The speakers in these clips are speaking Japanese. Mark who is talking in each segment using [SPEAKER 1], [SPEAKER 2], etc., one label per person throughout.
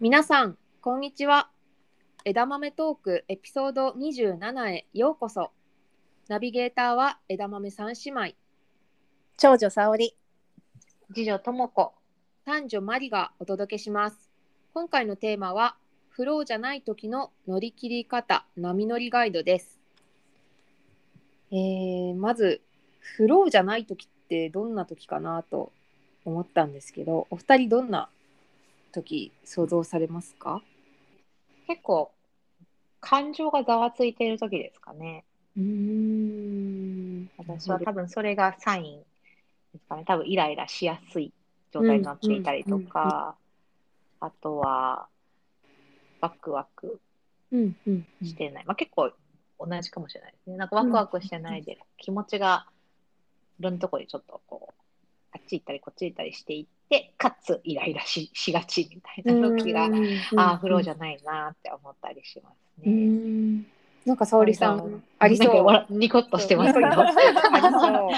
[SPEAKER 1] 皆さんこんにちは枝豆トークエピソード27へようこそナビゲーターは枝豆三姉妹
[SPEAKER 2] 長女沙織
[SPEAKER 3] 次女ともこ
[SPEAKER 1] 三女マリがお届けします今回のテーマはフローじゃない時の乗り切り方波乗りガイドですえー、まずフローじゃない時ってどんな時かなと思ったんですけどお二人どんな時想像されますか
[SPEAKER 3] 結構感情がざわついている時ですかね
[SPEAKER 1] うーん
[SPEAKER 3] 私は多分それがサインですかね多分イライラしやすい状態になっていたりとか、あとはワクワク
[SPEAKER 1] うんうんうん
[SPEAKER 3] してない、まあ、結構同じかもしれないですねなんかワクワクしてないで、気持ちがいろんなとこにちょっとこうあっち行ったりこっち行ったりしていってかつイライラししがちみたいな時が、ああフローじゃないなって思ったりします
[SPEAKER 1] う
[SPEAKER 3] ね。
[SPEAKER 1] んなんか沙織さ
[SPEAKER 3] なんか
[SPEAKER 1] ありそ
[SPEAKER 3] なんか
[SPEAKER 1] う。
[SPEAKER 3] 笑ニコッとしてますけど。
[SPEAKER 1] ありそう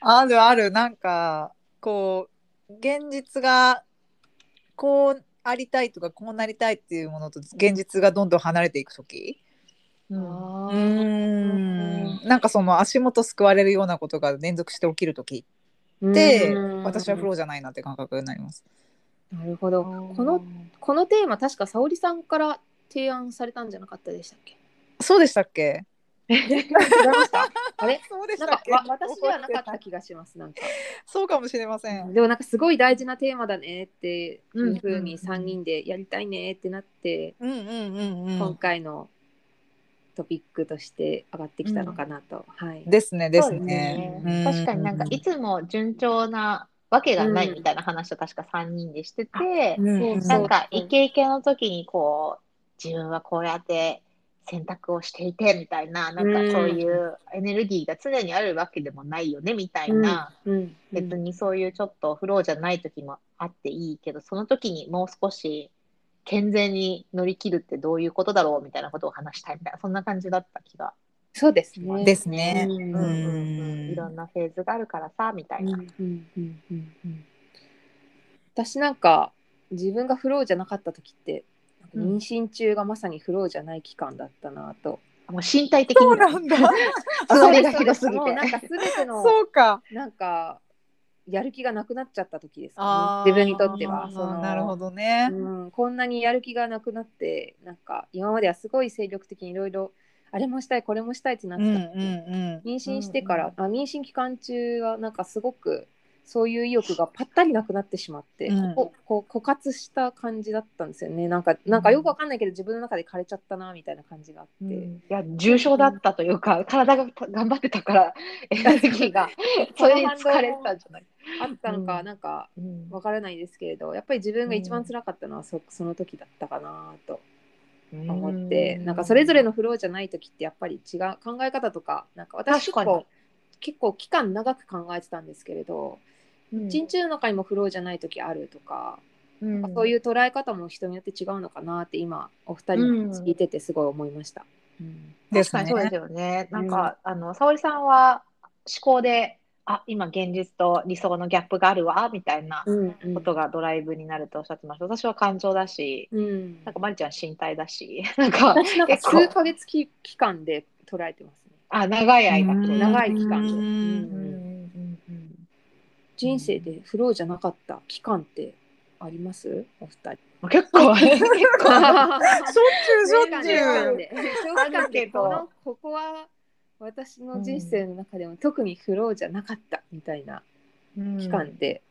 [SPEAKER 2] あるあるなんかこう現実がこうありたいとかこうなりたいっていうものと現実がどんどん離れていく時
[SPEAKER 3] うん
[SPEAKER 2] う
[SPEAKER 1] うん
[SPEAKER 2] んなんかその足元すくわれるようなことが連続して起きる時って私はフローじゃないなって感覚になります。
[SPEAKER 1] なるほど。このこのテーマ確か沙織さんから提案されたんじゃなかったでしたっけ？
[SPEAKER 2] そうでしたっけ
[SPEAKER 1] 違いました。 あれ？
[SPEAKER 2] そうでし
[SPEAKER 1] なん
[SPEAKER 2] たっ
[SPEAKER 1] か
[SPEAKER 2] け
[SPEAKER 1] わ私ではなかった気がします。なんか
[SPEAKER 2] そうかもしれません。
[SPEAKER 1] でもなんかすごい大事なテーマだねっていうふう
[SPEAKER 2] うん
[SPEAKER 1] に三人でやりたいねってなって、
[SPEAKER 2] うんうんうんう
[SPEAKER 1] 今
[SPEAKER 2] ん。
[SPEAKER 1] 回のトピックとして上がってきたのかなと。はい。
[SPEAKER 2] ですねで
[SPEAKER 3] そう
[SPEAKER 2] す
[SPEAKER 3] です
[SPEAKER 2] ね
[SPEAKER 3] ね。
[SPEAKER 2] うん
[SPEAKER 3] 確かになんかいつも順調なわけがないみたいな話を確か3人でしてて、
[SPEAKER 2] うん
[SPEAKER 1] そうそ
[SPEAKER 3] なんかイケイケの時にこう自分はこうやって選択をしていてみたいななんかそういうエネルギーが常にあるわけでもないよねみたいな。
[SPEAKER 1] うんうん
[SPEAKER 3] 別にそういうちょっとフローじゃない時もあっていいけどその時にもう少し健全に乗り切るってどういうことだろうみたいなことを話したいみたいなそんな感じだった気が、
[SPEAKER 1] そうですね。
[SPEAKER 2] ですね。
[SPEAKER 1] うん
[SPEAKER 3] うんうん
[SPEAKER 2] うん
[SPEAKER 3] いろんなフェーズがあるからさみたいな、
[SPEAKER 1] うんうんうんうん私なんか自分がフローじゃなかった時ってなんか
[SPEAKER 3] うん
[SPEAKER 1] 妊娠中がまさにフローじゃない期間だったなと、
[SPEAKER 3] もう身体的
[SPEAKER 2] そう
[SPEAKER 3] に
[SPEAKER 2] なんだ。
[SPEAKER 3] それがひどすぎて
[SPEAKER 1] もうなんか全ての
[SPEAKER 2] そうか。
[SPEAKER 1] なんかやる気がなくなっちゃった時です
[SPEAKER 2] あ
[SPEAKER 1] か
[SPEAKER 2] ー
[SPEAKER 1] ね自分にとっては
[SPEAKER 2] あー
[SPEAKER 1] その
[SPEAKER 2] なるほどね。
[SPEAKER 1] うん、こんなにやる気がなくなってなんか今まではすごい精力的にいろいろあれもしたいこれもしたいってなっ
[SPEAKER 2] うん
[SPEAKER 1] て
[SPEAKER 2] う
[SPEAKER 1] た
[SPEAKER 2] ん
[SPEAKER 1] のに、
[SPEAKER 2] うん。
[SPEAKER 1] 妊娠してから、あ妊娠期間中はなんかすごくそういう意欲がぱったりなくなってしまって、
[SPEAKER 2] うん
[SPEAKER 1] ここう枯渇した感じだったんですよねなんかなんかよくわかんないけど自分の中で枯れちゃったなみたいな感じがあって、
[SPEAKER 3] うんいや重症だったというか、体がた頑張ってたからエネルギーがそれに疲れてたんじゃない、
[SPEAKER 1] あったのか、
[SPEAKER 3] うん
[SPEAKER 1] なんか
[SPEAKER 3] うん
[SPEAKER 1] わからないですけれどやっぱり自分が一番辛かったのはそ,、その時だったかなと思って、なんかそれぞれのフローじゃない時ってやっぱり違う考え方とかなんか私結
[SPEAKER 3] 確か
[SPEAKER 1] 構
[SPEAKER 3] に
[SPEAKER 1] 結構期間長く考えてたんですけれど
[SPEAKER 3] うん
[SPEAKER 1] 一日の中にもフローじゃない時あるとか。
[SPEAKER 3] うん
[SPEAKER 1] そういう捉え方も人によって違うのかなって今お二人の話聞いててすごい思いました。うん
[SPEAKER 2] で
[SPEAKER 3] 確
[SPEAKER 2] す
[SPEAKER 3] か
[SPEAKER 2] ね
[SPEAKER 3] にそうですよね。なんか、あの、沙織さんは思考で、あ、今現実と理想のギャップがあるわ、みたいな
[SPEAKER 1] うんうん
[SPEAKER 3] ことがドライブになるとおっしゃってました。私は感情だし、
[SPEAKER 1] うん、
[SPEAKER 3] なんかまりちゃん身体だし、 なんか、
[SPEAKER 1] 私なんか
[SPEAKER 3] 結構
[SPEAKER 1] 数ヶ月き期間で捉えてますね。
[SPEAKER 3] あ、長い間。
[SPEAKER 2] うん
[SPEAKER 1] 長い期間で
[SPEAKER 2] う
[SPEAKER 3] うん
[SPEAKER 2] ん
[SPEAKER 3] うんうん
[SPEAKER 1] 人生でフローじゃなかった期間ってありますお 二人。
[SPEAKER 3] うん結構、結構、
[SPEAKER 2] しょっちゅう
[SPEAKER 1] 短
[SPEAKER 2] しょっちゅう。
[SPEAKER 1] で長期間でこ
[SPEAKER 3] ある
[SPEAKER 1] のここは私の人生の中でも特にフローじゃなかったみたいな期間って。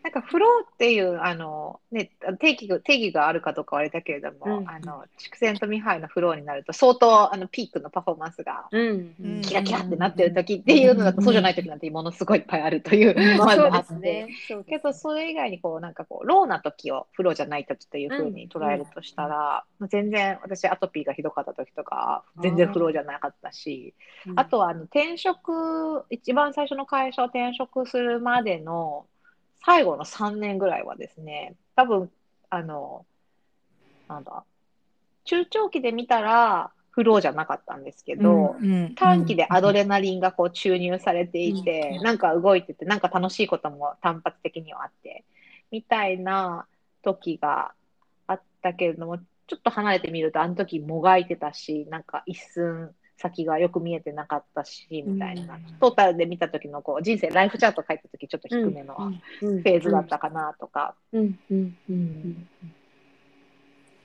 [SPEAKER 3] なんかフローっていうあの、ね、定義が定義があるかどうかはあれだけれども、
[SPEAKER 1] うん
[SPEAKER 3] あの筑前とミハイのフローになると相当あのピークのパフォーマンスが
[SPEAKER 1] うんうん
[SPEAKER 3] キラキラってなってる時っていうのだと、
[SPEAKER 2] うん
[SPEAKER 3] そうじゃない時なんてものすごいいっぱいあるという、
[SPEAKER 1] まあ、
[SPEAKER 3] ず
[SPEAKER 1] そう
[SPEAKER 3] あ
[SPEAKER 1] で
[SPEAKER 3] っ
[SPEAKER 1] す
[SPEAKER 3] て
[SPEAKER 1] ね。そうで
[SPEAKER 3] け
[SPEAKER 1] す
[SPEAKER 3] どそれ以外にこうなんかこうローな時をフローじゃない時というふうに捉えるとしたら、全然私アトピーがひどかった時とか全然フローじゃなかったしあとはあの転職一番最初の会社を転職するまでの最後の3年ぐらいはですね多分あのなんだ中長期で見たらフローじゃなかったんですけど、
[SPEAKER 1] うん
[SPEAKER 2] うん
[SPEAKER 3] 短期でアドレナリンがこう注入されていて、
[SPEAKER 2] うん
[SPEAKER 3] なんか動いててなんか楽しいことも単発的にはあってみたいな時があったけれどもちょっと離れてみるとあの時もがいてたしなんか一寸先がよく見えてなかったしみたいな、
[SPEAKER 2] うん
[SPEAKER 3] トータルで見た時のこう人生ライフチャート書いた時ちょっと低めのフ
[SPEAKER 1] フ
[SPEAKER 3] ェーズだったかなとか、
[SPEAKER 1] うんうんう
[SPEAKER 3] うん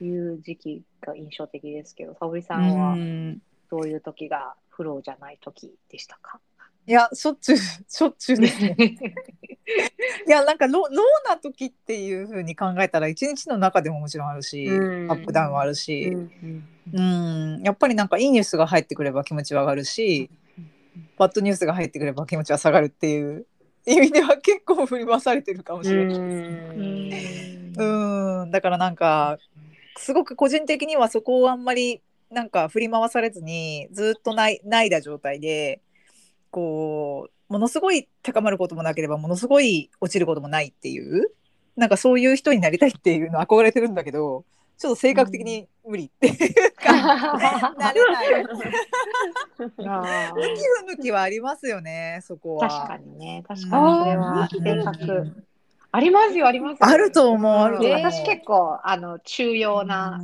[SPEAKER 3] いう時期が印象的ですけど沙織さ
[SPEAKER 2] うん
[SPEAKER 3] は
[SPEAKER 2] ん
[SPEAKER 3] どういう時がフローじゃない時でしたか、
[SPEAKER 2] いやしょっちゅうしょっちゅうですね。いやなんかロローな時っていう風に考えたら一日の中でももちろんあるし、
[SPEAKER 1] うん
[SPEAKER 2] アップダウンはある
[SPEAKER 1] う
[SPEAKER 2] し、
[SPEAKER 1] んうん
[SPEAKER 2] うんやっぱりなんかいいニュースが入ってくれば気持ちは上がるし、バッドニュースが入ってくれば気持ちは下がるっていう意味では結構振り回されてるかもしれないですね。うんだからなんかすごく個人的にはそこをあんまりなんか振り回されずにずっとないないだ状態でこうものすごい高まることもなければものすごい落ちることもないっていうなんかそういう人になりたいっていうの憧れてるんだけどちょっと性格的に無理っていうか、なれ ない。
[SPEAKER 3] あー
[SPEAKER 2] 向き不向きはありますよね、そこは。
[SPEAKER 3] 確かにね確
[SPEAKER 1] あ
[SPEAKER 3] かに
[SPEAKER 1] ー
[SPEAKER 3] それは
[SPEAKER 1] うん
[SPEAKER 3] 性
[SPEAKER 2] う
[SPEAKER 3] 格
[SPEAKER 2] ん
[SPEAKER 3] ありますよありますよ
[SPEAKER 2] あると思う、あると
[SPEAKER 3] で
[SPEAKER 2] 思う。
[SPEAKER 3] 私結構あの中庸な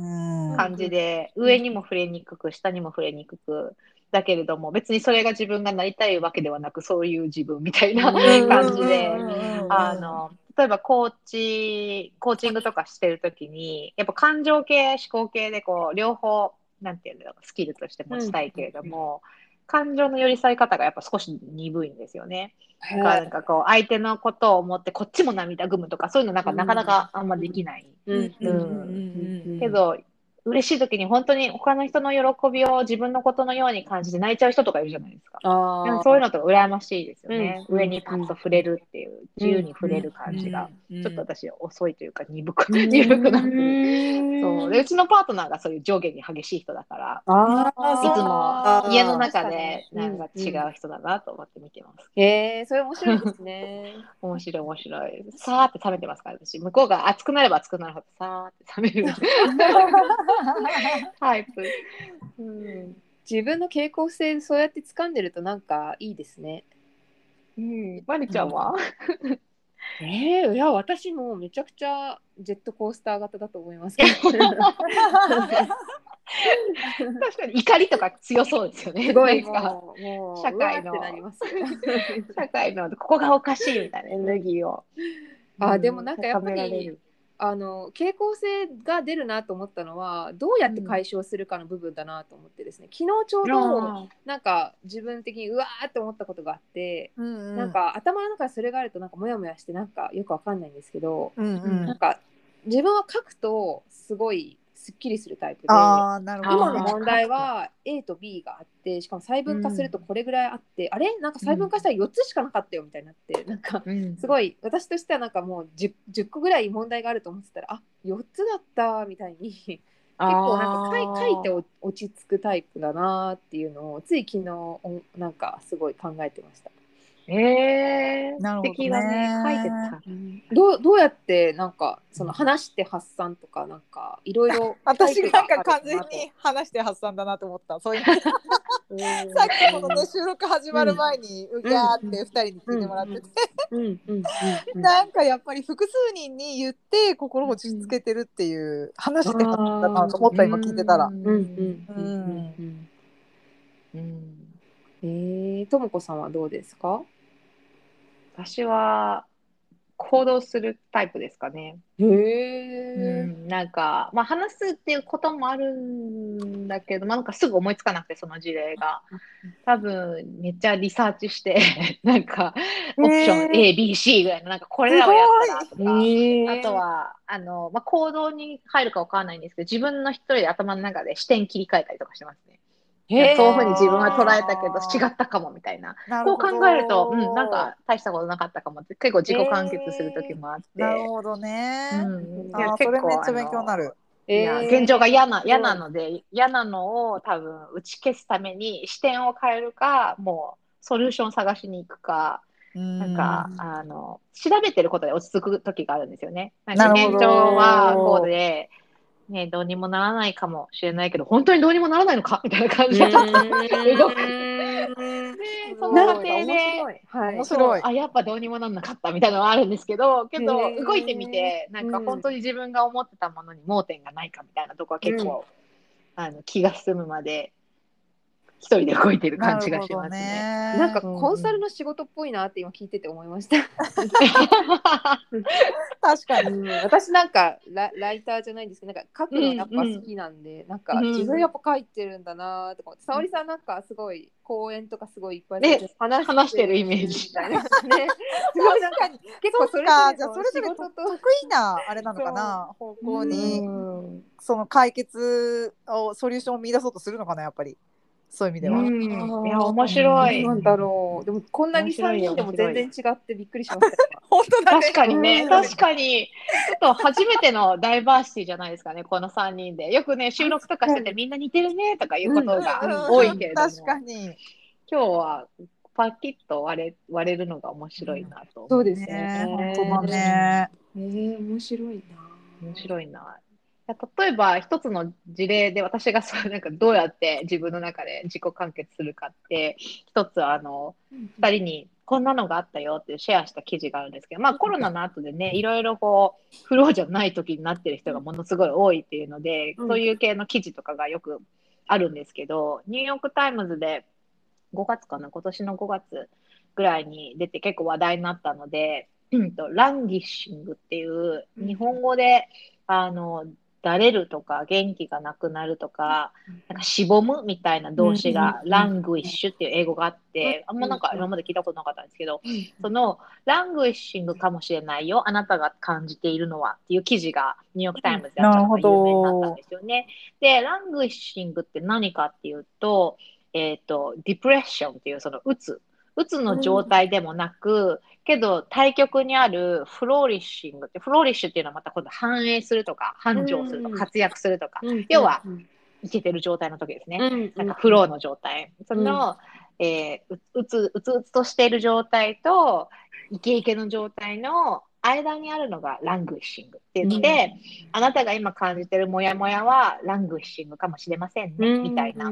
[SPEAKER 2] な
[SPEAKER 3] 感じで、上にも触れにくく下にも触れにくくだけれども別にそれが自分がなりたいわけではなくそういう自分みたいな
[SPEAKER 1] うん
[SPEAKER 3] 感じで。
[SPEAKER 1] うん
[SPEAKER 3] あの例えばコーチコーチングとかしてる時にやっぱ感情系思考系でこう両方なんていうのスキルとして持ちたいけれども、感情の寄り添い方がやっぱ少し鈍いんですよね。だからなんかこう相手のことを思ってこっちも涙ぐむとかそういうのなんかなかなかあんまできない。
[SPEAKER 1] うん
[SPEAKER 2] うんうんうん
[SPEAKER 3] けど嬉しい時に本当に他の人の喜びを自分のことのように感じて泣いちゃう人とかいるじゃないですか。
[SPEAKER 1] あ
[SPEAKER 3] で
[SPEAKER 1] ー
[SPEAKER 3] もそういうのと羨ましいですよね。
[SPEAKER 1] うん
[SPEAKER 3] 上にパッと触れるっていう、自由に触れる感じが、
[SPEAKER 2] うん
[SPEAKER 3] ちょっと私遅いというか鈍く、
[SPEAKER 1] うん
[SPEAKER 3] 鈍くなってる。
[SPEAKER 1] うん
[SPEAKER 3] そうでうちのパートナーがそういう上下に激しい人だから、
[SPEAKER 1] あ
[SPEAKER 2] あー
[SPEAKER 1] あ
[SPEAKER 3] いつ
[SPEAKER 2] あー
[SPEAKER 3] も家の中で
[SPEAKER 1] 確か
[SPEAKER 3] な
[SPEAKER 1] に
[SPEAKER 3] んか違う人だなと思って見てます。
[SPEAKER 1] へえそれ面白いです ね。
[SPEAKER 3] 面白い面白い。さーって冷めてますから私、向こうが熱くなれば熱くなるほどさーって冷 めるタイプ。うん
[SPEAKER 1] 自分の傾向性そうやって掴んでるとなんかいいですね。
[SPEAKER 3] うん、まりちゃんは、
[SPEAKER 1] えー、いや私もめちゃくちゃジェットコースター型だと思い ますけど
[SPEAKER 3] 確かに怒りとか強そうですよね。
[SPEAKER 1] すごい
[SPEAKER 3] なんか
[SPEAKER 1] もうもう
[SPEAKER 3] 社会
[SPEAKER 1] うわーっ
[SPEAKER 3] の
[SPEAKER 1] てなります。
[SPEAKER 3] 社会のここがおかしいみたいなエネルギーを。
[SPEAKER 1] あでもなんかやっぱり
[SPEAKER 3] 高められる
[SPEAKER 1] あの傾向性が出るなと思ったのはどうやって解消するかの部分だなと思ってですね、昨日ちょうどなんか自分的にうわーって思ったことがあって、
[SPEAKER 2] な
[SPEAKER 1] なん、か頭の中にそれがあるとなんかモヤモヤしてなんかよくわかんないんですけど、
[SPEAKER 2] うんう
[SPEAKER 1] なん
[SPEAKER 2] ん、
[SPEAKER 1] か自分は書くとすごいすっきりするタイプで
[SPEAKER 2] ああ、なるほど。
[SPEAKER 1] 今の問題は A と B があってしかも細分化するとこれぐらいあって、あれなんか細分化したら4つしかなかったよみたいになって、なんか
[SPEAKER 3] うん
[SPEAKER 1] すごい私としてはなんかもう 10, 10個ぐらい問題があると思ってたらあ4つだったみたいに結構なんか書い書いてお落ち着くタイプだなっていうのをつい昨日おなんかすごい考えてました。
[SPEAKER 3] えー、
[SPEAKER 2] なるほどね
[SPEAKER 3] 素敵だね。書いてた。
[SPEAKER 1] どうどうやってなんかその話して発散とかなんかいろいろ
[SPEAKER 2] 私なんか完全に話して発散だなと思った。そういうさっきこのね収録始まる前にうぎゃーって二人に聞いてもらってて、
[SPEAKER 1] うんうんうんうん
[SPEAKER 2] なんかやっぱり複数人に言って心を落ち着けてるっていう話して発散だなと思った今聞いてたら
[SPEAKER 3] う。ん
[SPEAKER 1] うんうんうんうんうん
[SPEAKER 3] うん
[SPEAKER 1] えー、ともこさんはどうですか？
[SPEAKER 3] 私は行動するタイプですかね。
[SPEAKER 1] へえ。
[SPEAKER 3] なんか、まあ、話すっていうこともあるんだけど、まあ、なんかすぐ思いつかなくてその事例が多分めっちゃリサーチして なんかオプション ABC ぐらいのなんかこれらをやったらとか。あとはあの、まあ、行動に入るかわからないんですけど自分の一人で頭の中で視点切り替えたりとかしてますね。
[SPEAKER 1] へー
[SPEAKER 3] そういうふうに自分は捉えたけど違ったかもみたいな
[SPEAKER 2] なる
[SPEAKER 3] こう
[SPEAKER 2] ほど
[SPEAKER 3] 考えると、うん、なんか大したことなかったかもって結構自己完結する時もあって、
[SPEAKER 2] なるほどね。
[SPEAKER 3] うん、い
[SPEAKER 2] あ
[SPEAKER 3] や
[SPEAKER 2] ーそれめっち
[SPEAKER 3] あ
[SPEAKER 2] ゃ
[SPEAKER 3] の
[SPEAKER 2] 勉強になる。
[SPEAKER 3] い
[SPEAKER 1] え
[SPEAKER 3] や
[SPEAKER 1] ー
[SPEAKER 3] 現状が嫌な嫌なので嫌なのを多分打ち消すために視点を変えるかもうソリューション探しに行くか
[SPEAKER 2] な
[SPEAKER 3] なんか、あの調べてることで落ち着く時があるんですよね。なん
[SPEAKER 2] な
[SPEAKER 3] か
[SPEAKER 2] るほ
[SPEAKER 3] 現
[SPEAKER 2] ど
[SPEAKER 3] 状はこうで、ね、どうにもならないかもしれないけど本当にどうにもならないのかみたいな感じで、
[SPEAKER 1] うーん
[SPEAKER 3] 動く
[SPEAKER 1] す
[SPEAKER 3] そ
[SPEAKER 1] ご
[SPEAKER 3] の
[SPEAKER 1] い
[SPEAKER 3] 過程
[SPEAKER 1] 面
[SPEAKER 3] で
[SPEAKER 1] 白い。はい
[SPEAKER 2] 面。白い
[SPEAKER 3] そうあやっぱどうにもなんなかったみたいなのはあるんですけどけど
[SPEAKER 1] へー
[SPEAKER 3] 動いてみてなんか本当に自分が思ってたものに盲点がないかみたいなとこは結構、あの気が進むまで一人で動いてる感じがしますね。
[SPEAKER 1] な
[SPEAKER 2] なん
[SPEAKER 1] かコンサル
[SPEAKER 2] の
[SPEAKER 1] の仕事っぽいなって今聞いてて思いました。
[SPEAKER 2] 確かに。
[SPEAKER 1] うん私なんかラライターじゃないんですけどなんか書くのやっぱ好きなんで、なんか自分やっぱ書いてるんだなとか思って、沙織さんなんかすごい講演とかすごいいっぱいされて
[SPEAKER 3] ね
[SPEAKER 1] 話
[SPEAKER 3] 話してるイメージ
[SPEAKER 1] みたいなね。すごいなんか
[SPEAKER 2] に。
[SPEAKER 1] 結
[SPEAKER 2] そ
[SPEAKER 1] 構
[SPEAKER 2] う
[SPEAKER 1] それ
[SPEAKER 2] か、じゃあ
[SPEAKER 1] ぞ
[SPEAKER 2] そ
[SPEAKER 1] れ
[SPEAKER 2] れぞれ
[SPEAKER 1] の仕
[SPEAKER 2] と
[SPEAKER 1] 事
[SPEAKER 2] 得
[SPEAKER 1] と
[SPEAKER 2] 意なあれなのかな、方向
[SPEAKER 1] う
[SPEAKER 2] に
[SPEAKER 3] うん
[SPEAKER 2] その解決をソリューションを見出そうとするのかなやっぱりそういう意味では。
[SPEAKER 3] うん
[SPEAKER 1] ん
[SPEAKER 3] いや面白い
[SPEAKER 1] なんだろう。でもこんなに三人でも全然違ってびっくりしました。
[SPEAKER 2] 本当だね。
[SPEAKER 3] 確かに
[SPEAKER 1] う
[SPEAKER 3] ね
[SPEAKER 1] ん
[SPEAKER 3] 確かにちょっと初めてのダイバーシティじゃないですかねこの3人でよくね収録とかしててみんな似てるねとかいうことが多いけれども、
[SPEAKER 2] 確かに。
[SPEAKER 3] 今日はパキッと割れ割れるのが面白いなと、
[SPEAKER 1] そうです
[SPEAKER 2] ね
[SPEAKER 1] ね。
[SPEAKER 2] 本当だ。ね。
[SPEAKER 1] えー、面白いな。
[SPEAKER 3] 面白いな。いや例えば一つの事例で私がそうなんかどうやって自分の中で自己完結するかって一つあの2人にこんなのがあったよってシェアした記事があるんですけど、まあ、コロナの後でねいろいろこうフローじゃない時になってる人がものすごい多いっていうので、
[SPEAKER 1] うん
[SPEAKER 3] そういう系の記事とかがよくあるんですけどニューヨーク・タイムズで5月かな今年の5月ぐらいに出て結構話題になったので、うん、とランギッシングっていう
[SPEAKER 1] うん
[SPEAKER 3] 日本語であのだれるとか元気がなくなるとか
[SPEAKER 1] うん
[SPEAKER 3] なんかしぼむみたいな動詞が
[SPEAKER 2] うん
[SPEAKER 3] ラングイッシュっていう英語があってあんまなんか今まで聞いたことなかったんですけどそのラングイッシングかもしれないよあなたが感じているのはっていう記事がニューヨーク・タイムズであったのが有名になったんですよね。でラングイッシングって何かっていうと,、えっとディプレッションっていうそのうつうつの状態でもなく、けど対極にあるフローリッシングってフローリッシュっていうのはまた今度反映するとか繁盛すると
[SPEAKER 1] うん
[SPEAKER 3] か活躍するとか、要
[SPEAKER 1] 要
[SPEAKER 3] は
[SPEAKER 1] は、
[SPEAKER 3] いけてる状態の時ですね。
[SPEAKER 1] ん
[SPEAKER 3] なんかフローの状態、その、えーううつうつうつとしている状態とイケイケの状態の間にあるのがラングイッシングって言って、あなたが今感じてるモヤモヤはラングイッシングかもしれませんね、みたいな。あ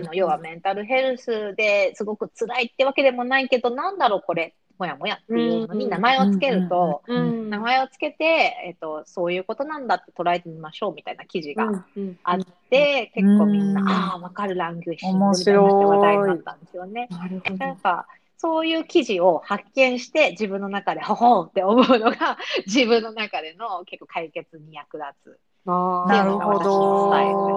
[SPEAKER 3] の要はメンタルヘルスですごく辛いってわけでもないけどなんだろうこれモヤモヤっていうのに名前をつけると、
[SPEAKER 1] うん
[SPEAKER 3] 名前をつけて、えっと、そういうことなんだって捉えてみましょうみたいな記事が
[SPEAKER 1] うん
[SPEAKER 3] あって、結構みんな、
[SPEAKER 2] うん
[SPEAKER 3] ああ、わかるラングイッシュ
[SPEAKER 2] 面白い
[SPEAKER 3] 話題になったんですよね。
[SPEAKER 1] なるほ
[SPEAKER 3] な
[SPEAKER 1] ど。
[SPEAKER 3] んか、そういう記事を発見して、自分の中で、ほほうって思うのが、 自分の中での結構解決に役立つ。
[SPEAKER 1] あー
[SPEAKER 2] なる
[SPEAKER 3] っ
[SPEAKER 2] ほど
[SPEAKER 3] ていうのが私のスタイルですねそう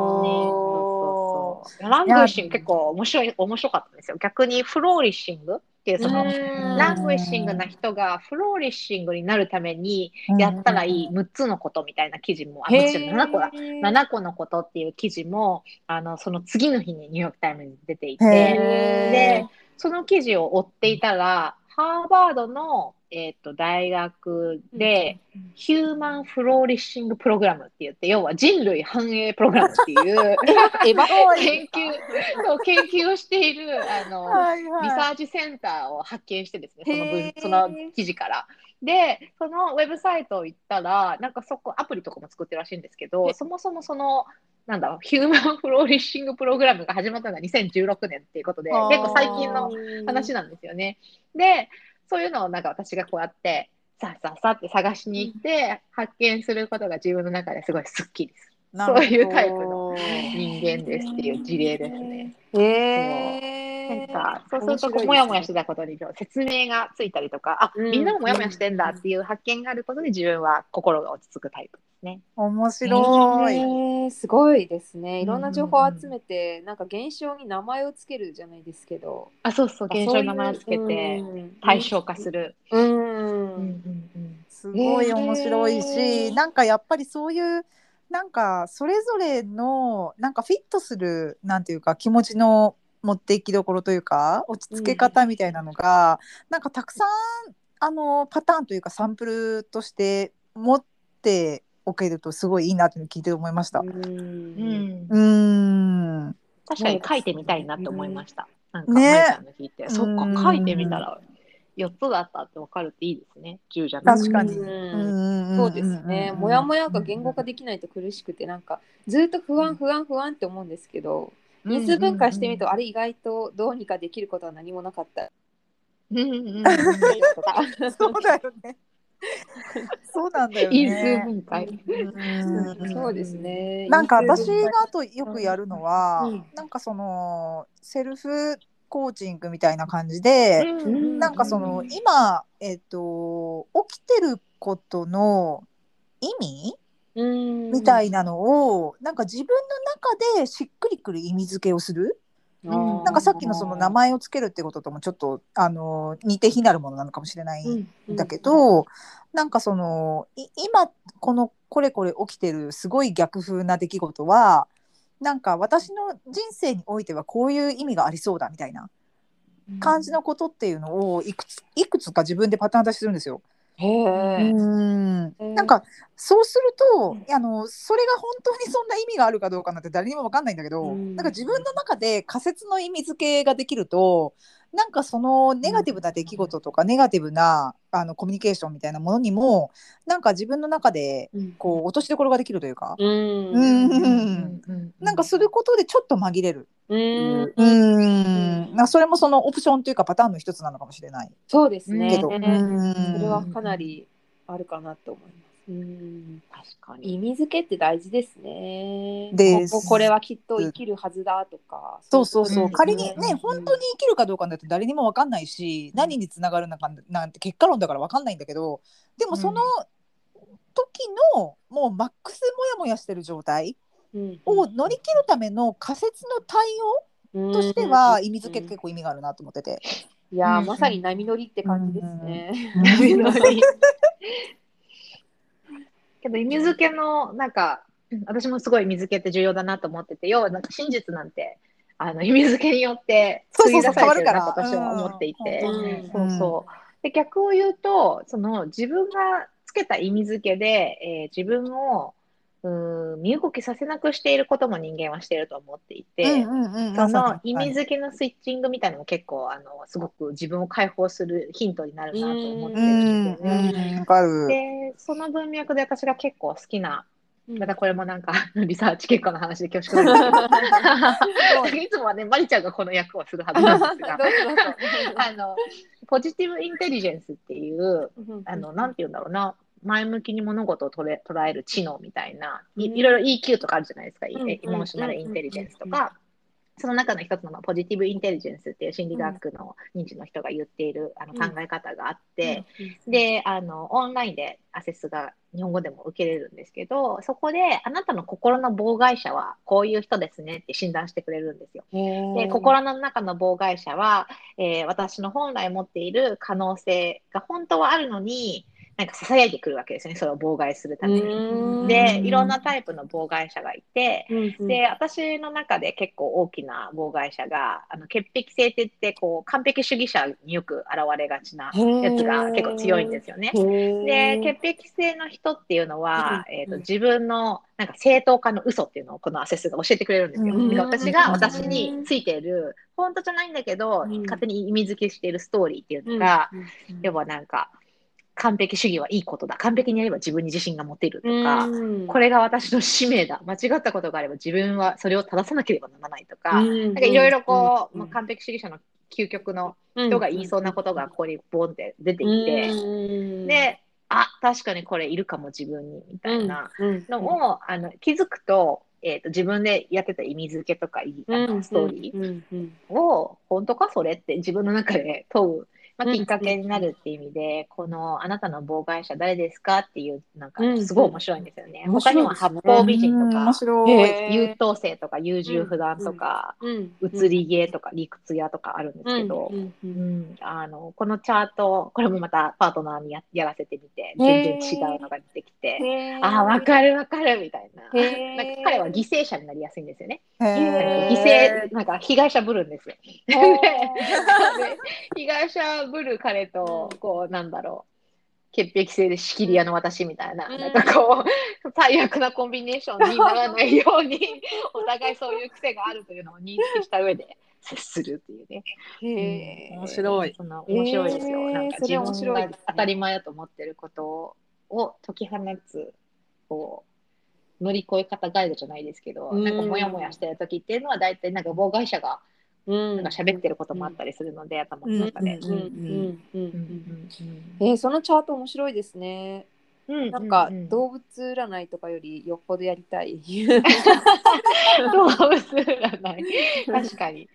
[SPEAKER 3] そうそうラングイッシング結構面白い、面白かったんですよ。逆にフローリッシングっていう、その、
[SPEAKER 1] うん
[SPEAKER 3] ラングイッシングな人がフローリッシングになるためにやったらいい6つのことみたいな記事も、あ、もちろん7個だ。
[SPEAKER 1] へー
[SPEAKER 3] 7個のことっていう記事もあのその次の日にニューヨーク・タイムズに出てい
[SPEAKER 2] へ
[SPEAKER 3] て
[SPEAKER 2] ー
[SPEAKER 3] でその記事を追っていたらハーバードの、えー、と大学で、ヒューマン・フローリッシング・プログラムって言って要は人類繁栄プログラムっていう
[SPEAKER 2] エヴァ
[SPEAKER 3] 研究そう研究をしているあの、
[SPEAKER 2] はいはい
[SPEAKER 3] リサーチセンターを発見してですね、その
[SPEAKER 1] へ
[SPEAKER 3] 文
[SPEAKER 1] ー
[SPEAKER 3] その記事から。で、そのウェブサイト行ったら、なんかそこ、アプリとかも作ってるらしいんですけど、そもそもその、なんだろう、ヒューマンフローリッシングプログラムが始まったのが2016年っていうことで、
[SPEAKER 2] あー
[SPEAKER 3] 結構最近の話なんですよね。で、そういうのをなんか私がこうやって、さあさあさあって探しに行って、発見することが自分の中ですごいスッキリすそういうタイプのる人間ですっていう事例ですね。なん
[SPEAKER 1] へー
[SPEAKER 3] か、そうするとこう、もやもやしてたことに説明がついたりとか、あ、
[SPEAKER 1] うん
[SPEAKER 3] みんなももやもやしてんだっていう発見があることで自分は心が落ち着くタイプですね。
[SPEAKER 2] 面白い。
[SPEAKER 1] へーすごいですね。いろんな情報を集めて、なんか現象に名前をつけるじゃないですけど、
[SPEAKER 3] あ、そうそう、現象
[SPEAKER 1] そうい
[SPEAKER 3] の
[SPEAKER 1] う
[SPEAKER 3] 名前をつけて、
[SPEAKER 1] うん
[SPEAKER 3] 対象化する。
[SPEAKER 1] うん
[SPEAKER 3] うんうん
[SPEAKER 2] すごい面白い
[SPEAKER 1] へ
[SPEAKER 2] し、
[SPEAKER 1] ー
[SPEAKER 2] なんかやっぱりそういうなんかそれぞれのなんかフィットするなんていうか気持ちの持っていきどころというか落ち着け方みたいなのが、なんかたくさんあのパターンというかサンプルとして持っておけるとすごいいいなっていうのを聞いて思いました。
[SPEAKER 3] うんうん
[SPEAKER 2] うーん
[SPEAKER 3] 確かに書いてみたいなと思いました。なんか、
[SPEAKER 2] ね
[SPEAKER 3] ね、ちゃんの聞いて、
[SPEAKER 2] ん
[SPEAKER 3] そっか、書いてみたら4つだったって分かるっていいですね。10じゃなくて
[SPEAKER 2] 確かに
[SPEAKER 1] うんそ
[SPEAKER 2] そう
[SPEAKER 1] ですね。もやもやが言語化できないと苦しくて、なんかずっと不安不安不安って思うんですけど、因数分解してみると、あれ意外とどうにかできることは何もなかった。
[SPEAKER 3] うんうんうん
[SPEAKER 2] そうだよね。そうな んだよ
[SPEAKER 3] 因数
[SPEAKER 2] ね。
[SPEAKER 3] 分解。
[SPEAKER 2] うん
[SPEAKER 1] そうですね。
[SPEAKER 2] なんか
[SPEAKER 1] 因数
[SPEAKER 2] 私
[SPEAKER 1] 分解
[SPEAKER 2] があとよくやるのは、
[SPEAKER 1] うん
[SPEAKER 2] なんかそのセルフコーチングみたいな感じで、
[SPEAKER 1] ん
[SPEAKER 2] なんかその今、えっと起きてることの意味
[SPEAKER 1] うん
[SPEAKER 2] みたいなのを、なんか自分の中でしっくりくる意味付けをする、
[SPEAKER 1] あー
[SPEAKER 2] なんかさっきのその名前をつけるってことともちょっとあの似て非なるものなのかもしれないんだけ、ど、なんかそのい今このこれこれ起きてるすごい逆風な出来事はなんか私の人生においてはこういう意味がありそうだみたいな感じのことっていうのをいくついくつか自分でパターン出しするんですよ。
[SPEAKER 1] へえ。
[SPEAKER 2] うんなんかそうすると、あのそれが本当にそんな意味があるかどうかなんて誰にも分かんないんだけど、
[SPEAKER 1] うん
[SPEAKER 2] なんか自分の中で仮説の意味付けができるとなんかそのネガティブな出来事とか、ネガティブなあのコミュニケーションみたいなものにもなんか自分の中でこう落としどころができるというか、
[SPEAKER 1] うん
[SPEAKER 2] う
[SPEAKER 1] うん
[SPEAKER 2] んなんかすることでちょっと紛れるっていう、うんなんかそれもそのオプションというかパターンの一つなのかもしれない
[SPEAKER 1] そうですね。
[SPEAKER 2] けど。
[SPEAKER 1] そ
[SPEAKER 2] うん
[SPEAKER 1] れはかなりあるかなと思います。うん
[SPEAKER 3] 確かに。
[SPEAKER 1] 意味付けって大事ですね。
[SPEAKER 2] です
[SPEAKER 1] こここれはきっと生きるはずだとか。
[SPEAKER 2] そうそうそう、
[SPEAKER 3] うん
[SPEAKER 2] 仮に
[SPEAKER 3] うんうん
[SPEAKER 2] ね、本当に生きるかどうかなんて誰にも分かんないし、何につながるのかなんて結果論だから分かんないんだけどでもその時のもうマックスモヤモヤしてる状態
[SPEAKER 1] うん
[SPEAKER 2] を乗り切るための仮説の対応としては意味付けって結構意味があるなと思ってて。
[SPEAKER 1] いや
[SPEAKER 3] う
[SPEAKER 1] ー
[SPEAKER 3] ん
[SPEAKER 1] まさに波乗りって感じですね。
[SPEAKER 3] けど意味付けのなんか私もすごい意味付けって重要だなと思ってて要はなんか真実なんてあの意味付けによって
[SPEAKER 2] そう
[SPEAKER 3] 作
[SPEAKER 2] そ
[SPEAKER 3] り出され
[SPEAKER 2] うそう
[SPEAKER 3] てるなと私
[SPEAKER 2] 変わるから
[SPEAKER 3] は思っていて
[SPEAKER 2] うん
[SPEAKER 3] そ
[SPEAKER 2] うん
[SPEAKER 3] うそうで逆を言うとその自分がつけた意味付けで、えー自分をうーん身動きさせなくしていることも人間はしていると思っていて、その意味
[SPEAKER 2] け
[SPEAKER 3] 付けのスイッチングみたいなのも結構あのすごく自分を解放するヒントになるなと思って
[SPEAKER 2] う
[SPEAKER 3] るん
[SPEAKER 2] ん
[SPEAKER 3] ですよ
[SPEAKER 2] う
[SPEAKER 3] ね。
[SPEAKER 2] んわかる。
[SPEAKER 3] でその文脈で私が結構好きな
[SPEAKER 1] うん
[SPEAKER 3] またこれもなんかリサーチ結果の話で恐縮な んですけ どいつもはねマリちゃんがこの役をするはずなんですがあのポジティブインテリジェンスっていうあのなんて言うんだろうな前向きに物事を捉え捉える知能みたいない
[SPEAKER 1] うん
[SPEAKER 3] いろいろ EQ とかあるじゃないですか、イ
[SPEAKER 1] うん
[SPEAKER 3] エイモーショナルインテリジェンスとか、その中の一つの、まあ、ポジティブインテリジェンスっていう心理学の認知の人が言っているあの考え方があって、であのオンラインでアセスが日本語でも受けれるんですけどそこであなたの心の妨害者はこういう人ですねって診断してくれるんですよ。で心の中の妨害者は、えー私の本来持っている可能性が本当はあるのになんか囁いてくるわけですよねそれを妨害するために。でいろんなタイプの妨害者がいて、で私の中で結構大きな妨害者があの潔癖性って言ってこう完璧主義者によく現れがちなやつが結構強いんですよね。で潔癖性の人っていうのは、
[SPEAKER 1] うん
[SPEAKER 3] えー、と
[SPEAKER 1] うん
[SPEAKER 3] 自分のなんか正当化の嘘っていうのをこのアセスが教えてくれるんですよ。
[SPEAKER 2] うん
[SPEAKER 3] で私が私についている本当じゃないんだけど、
[SPEAKER 1] うん
[SPEAKER 3] 勝手に意味付けしているストーリーっていうのが、要はなんか完璧主義はいいことだ完璧にやれば自分に自信が持てるとか、こ
[SPEAKER 1] れ
[SPEAKER 3] れが私の使命だ間違ったことがあれば自分はそれを正さなければならないとか,、
[SPEAKER 1] なん
[SPEAKER 3] なんかいろいろこう、
[SPEAKER 1] うん
[SPEAKER 3] まあ完璧主義者の究極の
[SPEAKER 1] う
[SPEAKER 3] 人が言いそうなことがここにボンって出てきて。
[SPEAKER 1] で
[SPEAKER 3] で、あ確かにこれいるかも自分にみたいなの
[SPEAKER 1] の
[SPEAKER 3] を、あの気づくと,、えー、と自分でやってた意味付けとかいいあのストーリ
[SPEAKER 1] ー
[SPEAKER 3] ーを本当かそれって自分の中で問う、ま
[SPEAKER 1] う
[SPEAKER 3] あ、
[SPEAKER 1] ん
[SPEAKER 3] きっかけになるっていう意味で、この「あなたの妨害者誰ですか?」っていうなんか
[SPEAKER 1] うん
[SPEAKER 3] すごい面白いんですよね。
[SPEAKER 1] うん
[SPEAKER 3] 他にも
[SPEAKER 1] 面白いで
[SPEAKER 3] 八
[SPEAKER 1] すね
[SPEAKER 3] 方美人と
[SPEAKER 2] 面
[SPEAKER 3] か、
[SPEAKER 2] 白
[SPEAKER 1] へ
[SPEAKER 2] い。
[SPEAKER 1] え
[SPEAKER 3] 優等生とか優柔不断とか、移り芸とか理屈屋とかあるんですけど。うん、あのこのチャートこれもまたパートナーにややらせてみて全然違うのが出てきて、ああ分かる分かるみたいな
[SPEAKER 1] へー
[SPEAKER 3] なんか彼は犠牲者になりやすいんですよね
[SPEAKER 2] へ
[SPEAKER 3] 犠
[SPEAKER 2] え
[SPEAKER 3] 牲なんか被害者ぶるんですよで 被害者ぶる彼と
[SPEAKER 1] うん
[SPEAKER 3] こうなんだろう潔癖性で仕切り屋の私みたいな,、
[SPEAKER 1] うん
[SPEAKER 3] なんかこう最悪なコンビネーションにならないようにお互いそういう癖があるというのを認識した上で接するっていうね
[SPEAKER 1] 面
[SPEAKER 2] 面白い
[SPEAKER 3] そんな面白いですよ。
[SPEAKER 1] えー
[SPEAKER 3] なんか
[SPEAKER 1] それ面
[SPEAKER 3] 自分
[SPEAKER 1] 白いですね
[SPEAKER 3] が当たり前だと思ってることを解き放つこ乗り越え方ガイドじゃないですけど、
[SPEAKER 1] うん
[SPEAKER 3] なんかモヤモヤしてる時っていうのは大体なんか妨害者が
[SPEAKER 1] うん
[SPEAKER 3] なんか喋ってることもあったりするので、頭の中で。
[SPEAKER 1] うんうんうんう
[SPEAKER 3] うんん
[SPEAKER 1] えーそのチャート面白いですね。
[SPEAKER 3] うん
[SPEAKER 1] なんか
[SPEAKER 3] うう
[SPEAKER 1] 動物占いとかよりよっぽどやりたい。
[SPEAKER 3] 動物占い確かに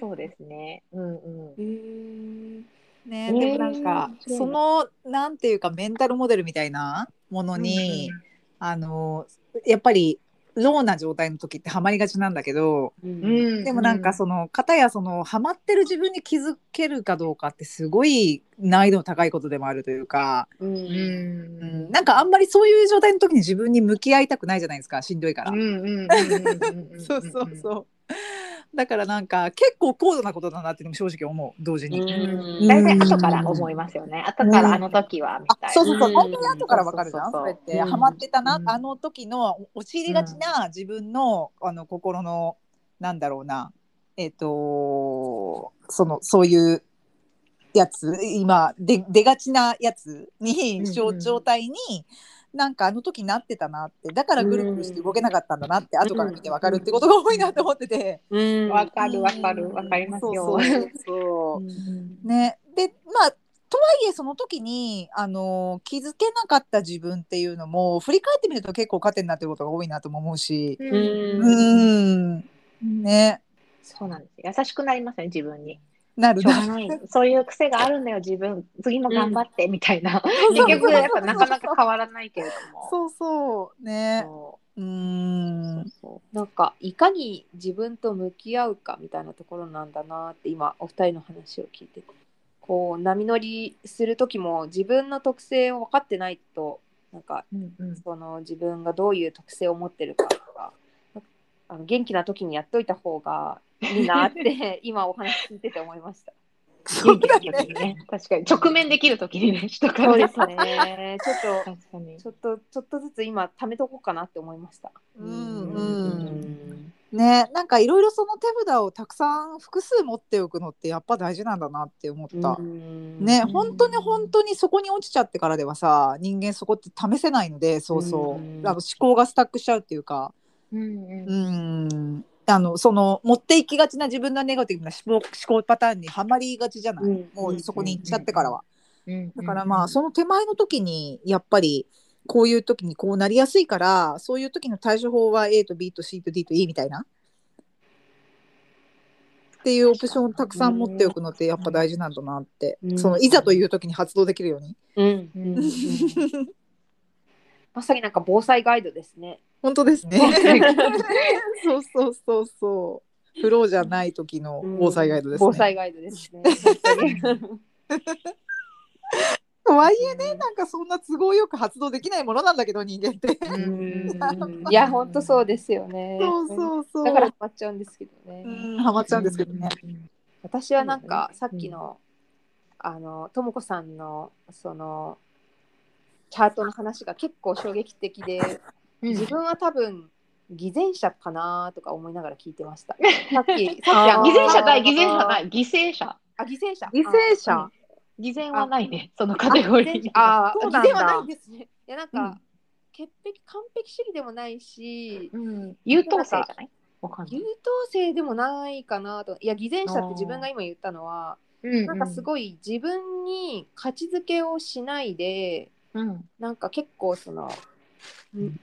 [SPEAKER 3] そうですねうんうん
[SPEAKER 2] ね、
[SPEAKER 3] えー
[SPEAKER 2] でもなんか
[SPEAKER 3] 面白い
[SPEAKER 2] そのなんていうかメンタルモデルみたいなものに、あのやっぱりローな状態の時ってハマりがちなんだけど
[SPEAKER 1] うん
[SPEAKER 2] でもなんかその片やそのハマってる自分に気づけるかどうかってすごい難易度の高いことでもあるというか、
[SPEAKER 1] う
[SPEAKER 3] うんん
[SPEAKER 2] うん、なんかあんまりそういう状態の時に自分に向き合いたくないじゃないですかしんどいから。
[SPEAKER 3] うんうんうんうんうん
[SPEAKER 2] そうそうそうだからなんか結構高度なことだなっていうのも正直思う同時に。
[SPEAKER 3] うん大体後から思いますよね後からあの時はみたい
[SPEAKER 2] あ
[SPEAKER 3] な
[SPEAKER 2] そうそうそう、
[SPEAKER 1] うん
[SPEAKER 2] 本当に後から分かるじゃん、
[SPEAKER 3] そう
[SPEAKER 2] そ
[SPEAKER 3] そう
[SPEAKER 2] れ
[SPEAKER 3] そう
[SPEAKER 2] って、
[SPEAKER 1] うん
[SPEAKER 2] ハマってたな、
[SPEAKER 3] うん
[SPEAKER 2] あの時のお陥りがちな自分の、あの心のなんだろうなえっ、とそのそういうやつ今で出がちなやつに、
[SPEAKER 3] うん
[SPEAKER 2] 状状態になんかあの時なってたなってだからぐるぐるして動けなかったんだなって、後から見て分かるってことが多いなと思ってて、
[SPEAKER 1] うん
[SPEAKER 3] わかるわかるわかりますよ
[SPEAKER 2] そうそうそうね、でまあとはいえその時に、あの気づけなかった自分っていうのも振り返ってみると結構糧になってることが多いなとも思うし
[SPEAKER 3] う
[SPEAKER 1] うんん
[SPEAKER 2] う
[SPEAKER 1] うん
[SPEAKER 2] んね
[SPEAKER 3] そうなんです優しくなりますね自分に
[SPEAKER 2] なる
[SPEAKER 3] しょう
[SPEAKER 2] な
[SPEAKER 3] がないそういう癖があるんだよ自分次も頑張ってみたいな結局やっぱなかなか変わらないけれども
[SPEAKER 2] そうそうね
[SPEAKER 3] そううそうんそう
[SPEAKER 1] なんかいかに自分と向き合うかみたいなところなんだなって今お二人の話を聞いてこう波乗りする時も自分の特性を分かってないとなんか
[SPEAKER 3] うんうん
[SPEAKER 1] その自分がどういう特性を持ってるかとかあの元気な時にやっといた方がいいなって今お話聞いてて思いました。
[SPEAKER 2] そう
[SPEAKER 3] 元気
[SPEAKER 2] だ
[SPEAKER 3] な時
[SPEAKER 2] ね
[SPEAKER 3] にね確かに直面できる時にね人から
[SPEAKER 1] ね。ちょっと
[SPEAKER 3] 確かに
[SPEAKER 1] ちょっとちょっとずつ今貯めとこうかなって思いました。
[SPEAKER 2] うん
[SPEAKER 3] う
[SPEAKER 2] うん
[SPEAKER 3] ん
[SPEAKER 2] ねなんかいろいろその手札をたくさん複数持っておくのってやっぱ大事なんだなって思った。ね、
[SPEAKER 1] ね
[SPEAKER 2] 本当に本当にそこに落ちちゃってからではさ人間そこって試せないのでそうそう、
[SPEAKER 1] うん
[SPEAKER 2] あの思考がスタックしちゃうっていうか
[SPEAKER 3] うん
[SPEAKER 2] う
[SPEAKER 3] うん
[SPEAKER 2] んあのその持っていきがちな自分のネガティブな思考思考パターンにはまりがちじゃない、
[SPEAKER 1] うん
[SPEAKER 2] もうそこに行っちゃってからは、
[SPEAKER 3] うん
[SPEAKER 2] だからまあ
[SPEAKER 3] う
[SPEAKER 2] その手前の時にやっぱりこういう時にこうなりやすいからそういう時の対処法は A と B と C と D と E みたいなっていうオプションをたくさん持っておくのってやっぱ大事なんだなって、
[SPEAKER 1] うん
[SPEAKER 2] そのいざという時に発動できるように
[SPEAKER 1] うん
[SPEAKER 3] う
[SPEAKER 1] うんん、まさになんか防災ガイドですね。
[SPEAKER 2] 本当ですね。 そうそうそうそう。フローじゃない時の防災ガイドですね。
[SPEAKER 1] 防災ガイドですね。
[SPEAKER 2] とはいえね、なんかそんな都合よく発動できないものなんだけど人間って。
[SPEAKER 3] うん
[SPEAKER 1] いや本当そうですよね。
[SPEAKER 2] そうそうそう。
[SPEAKER 1] だからハマっちゃうんですけどね。
[SPEAKER 2] うんハマっちゃうんですけどね。
[SPEAKER 1] 私はなんかさっきの、あのともこさんのそのチャートの話が結構衝撃的で、
[SPEAKER 3] うん
[SPEAKER 1] 自分は多分偽善者かなとか思いながら聞いてま した。さっきさっき
[SPEAKER 3] いや
[SPEAKER 1] あの
[SPEAKER 3] 偽善者ない
[SPEAKER 1] あの
[SPEAKER 3] 偽善者ない犠牲者
[SPEAKER 1] あ犠牲者
[SPEAKER 2] 犠牲者
[SPEAKER 1] あ
[SPEAKER 3] 偽善はないねそのカテゴリーに
[SPEAKER 1] あ
[SPEAKER 2] そう
[SPEAKER 1] 偽
[SPEAKER 2] なんだ
[SPEAKER 1] 善はないんですね。いやなんか、
[SPEAKER 2] うん
[SPEAKER 1] 潔癖完璧主義でもないし
[SPEAKER 3] うん優等生じゃないわかんな
[SPEAKER 1] 優
[SPEAKER 3] い
[SPEAKER 1] 等生でもないかなといや偽善者って自分が今言ったのは
[SPEAKER 3] う
[SPEAKER 1] なんかすごい自分に価値づけをしないで
[SPEAKER 3] うん
[SPEAKER 1] なんか結構その、ん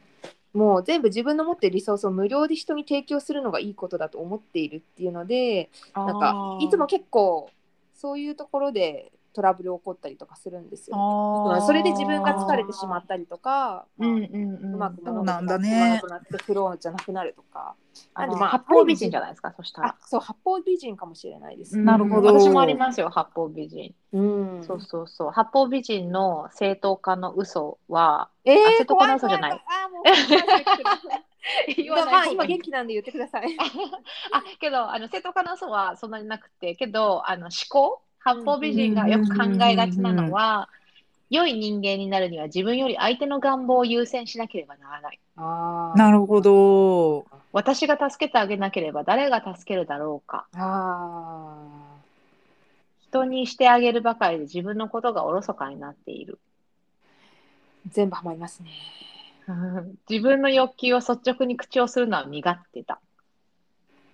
[SPEAKER 1] もう全部自分の持ってるリソースを無料で人に提供するのがいいことだと思っているっていうのでなんかいつも結構そういうところでトラブル起こったりとかするんですよね。まあそれで自分が疲れてしまったりとか、
[SPEAKER 3] う
[SPEAKER 1] まあ
[SPEAKER 3] ん
[SPEAKER 1] う
[SPEAKER 3] うんうん
[SPEAKER 1] まく
[SPEAKER 2] そ
[SPEAKER 1] 物事
[SPEAKER 2] うな
[SPEAKER 1] が
[SPEAKER 2] んだ
[SPEAKER 1] 進
[SPEAKER 2] ね
[SPEAKER 1] まなくなってフローじゃなくなるとか、
[SPEAKER 3] あの
[SPEAKER 1] まあ
[SPEAKER 3] 八方美人じゃないですかそした
[SPEAKER 1] あ
[SPEAKER 3] ら
[SPEAKER 1] そう八方美人かもしれないです。
[SPEAKER 2] なるほど
[SPEAKER 3] うん私もありますよ八方美人
[SPEAKER 1] うん、
[SPEAKER 3] そうそうそう八方美人の正当化の嘘 は
[SPEAKER 1] えー、
[SPEAKER 3] あ瀬戸
[SPEAKER 1] 怖
[SPEAKER 3] 康
[SPEAKER 1] い
[SPEAKER 3] 乃じゃない
[SPEAKER 1] 怖怖い怖いあーもう怖い怖い怖い怖い
[SPEAKER 3] 言
[SPEAKER 1] まあまあ今
[SPEAKER 3] 元
[SPEAKER 1] 元気なんで言ってください。
[SPEAKER 3] あけどあの正当化の嘘はそんなになくてけどあの思考八方美人がよく考えがちなのは、良い人間になるには自分より相手の願望を優先しなければならない
[SPEAKER 1] あ
[SPEAKER 2] なるほど。
[SPEAKER 3] 私が助けてあげなければ誰が助けるだろうか
[SPEAKER 1] あ
[SPEAKER 3] 人にしてあげるばかりで自分のことがおろそかになっている
[SPEAKER 1] ー全部ハマりますね。
[SPEAKER 3] 自分の欲求を率直に口をするのは身勝手だ。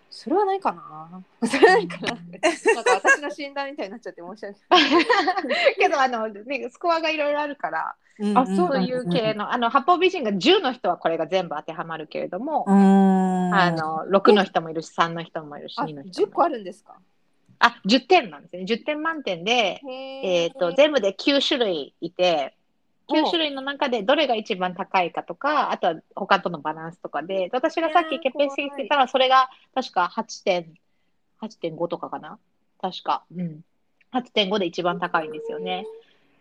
[SPEAKER 1] それはないかな。それはないかな。なんか私の診断みたいになっちゃって申し訳ない。
[SPEAKER 3] けどあの、ね、スコアがいろいろあるから、
[SPEAKER 2] あ
[SPEAKER 3] そういう系のあの八方美人が10の人はこれが全部当てはまるけれども、あ
[SPEAKER 2] あ
[SPEAKER 3] の6の人もいるし3の人もいるし
[SPEAKER 1] あ、
[SPEAKER 3] 2の人
[SPEAKER 1] 10
[SPEAKER 3] も
[SPEAKER 1] 個
[SPEAKER 3] いる
[SPEAKER 1] あるんですか。
[SPEAKER 3] あ10点なんですね10点満点で、
[SPEAKER 1] え
[SPEAKER 3] えー、と全部で9種類いて9種類の中でどれが一番高いかとかあとは他とのバランスとかで私がさっ
[SPEAKER 1] え
[SPEAKER 3] き
[SPEAKER 1] ー
[SPEAKER 3] 欠片してきてたらそれが確か8点8.5とかかな確か、うん、8.5で一番高いんですよね。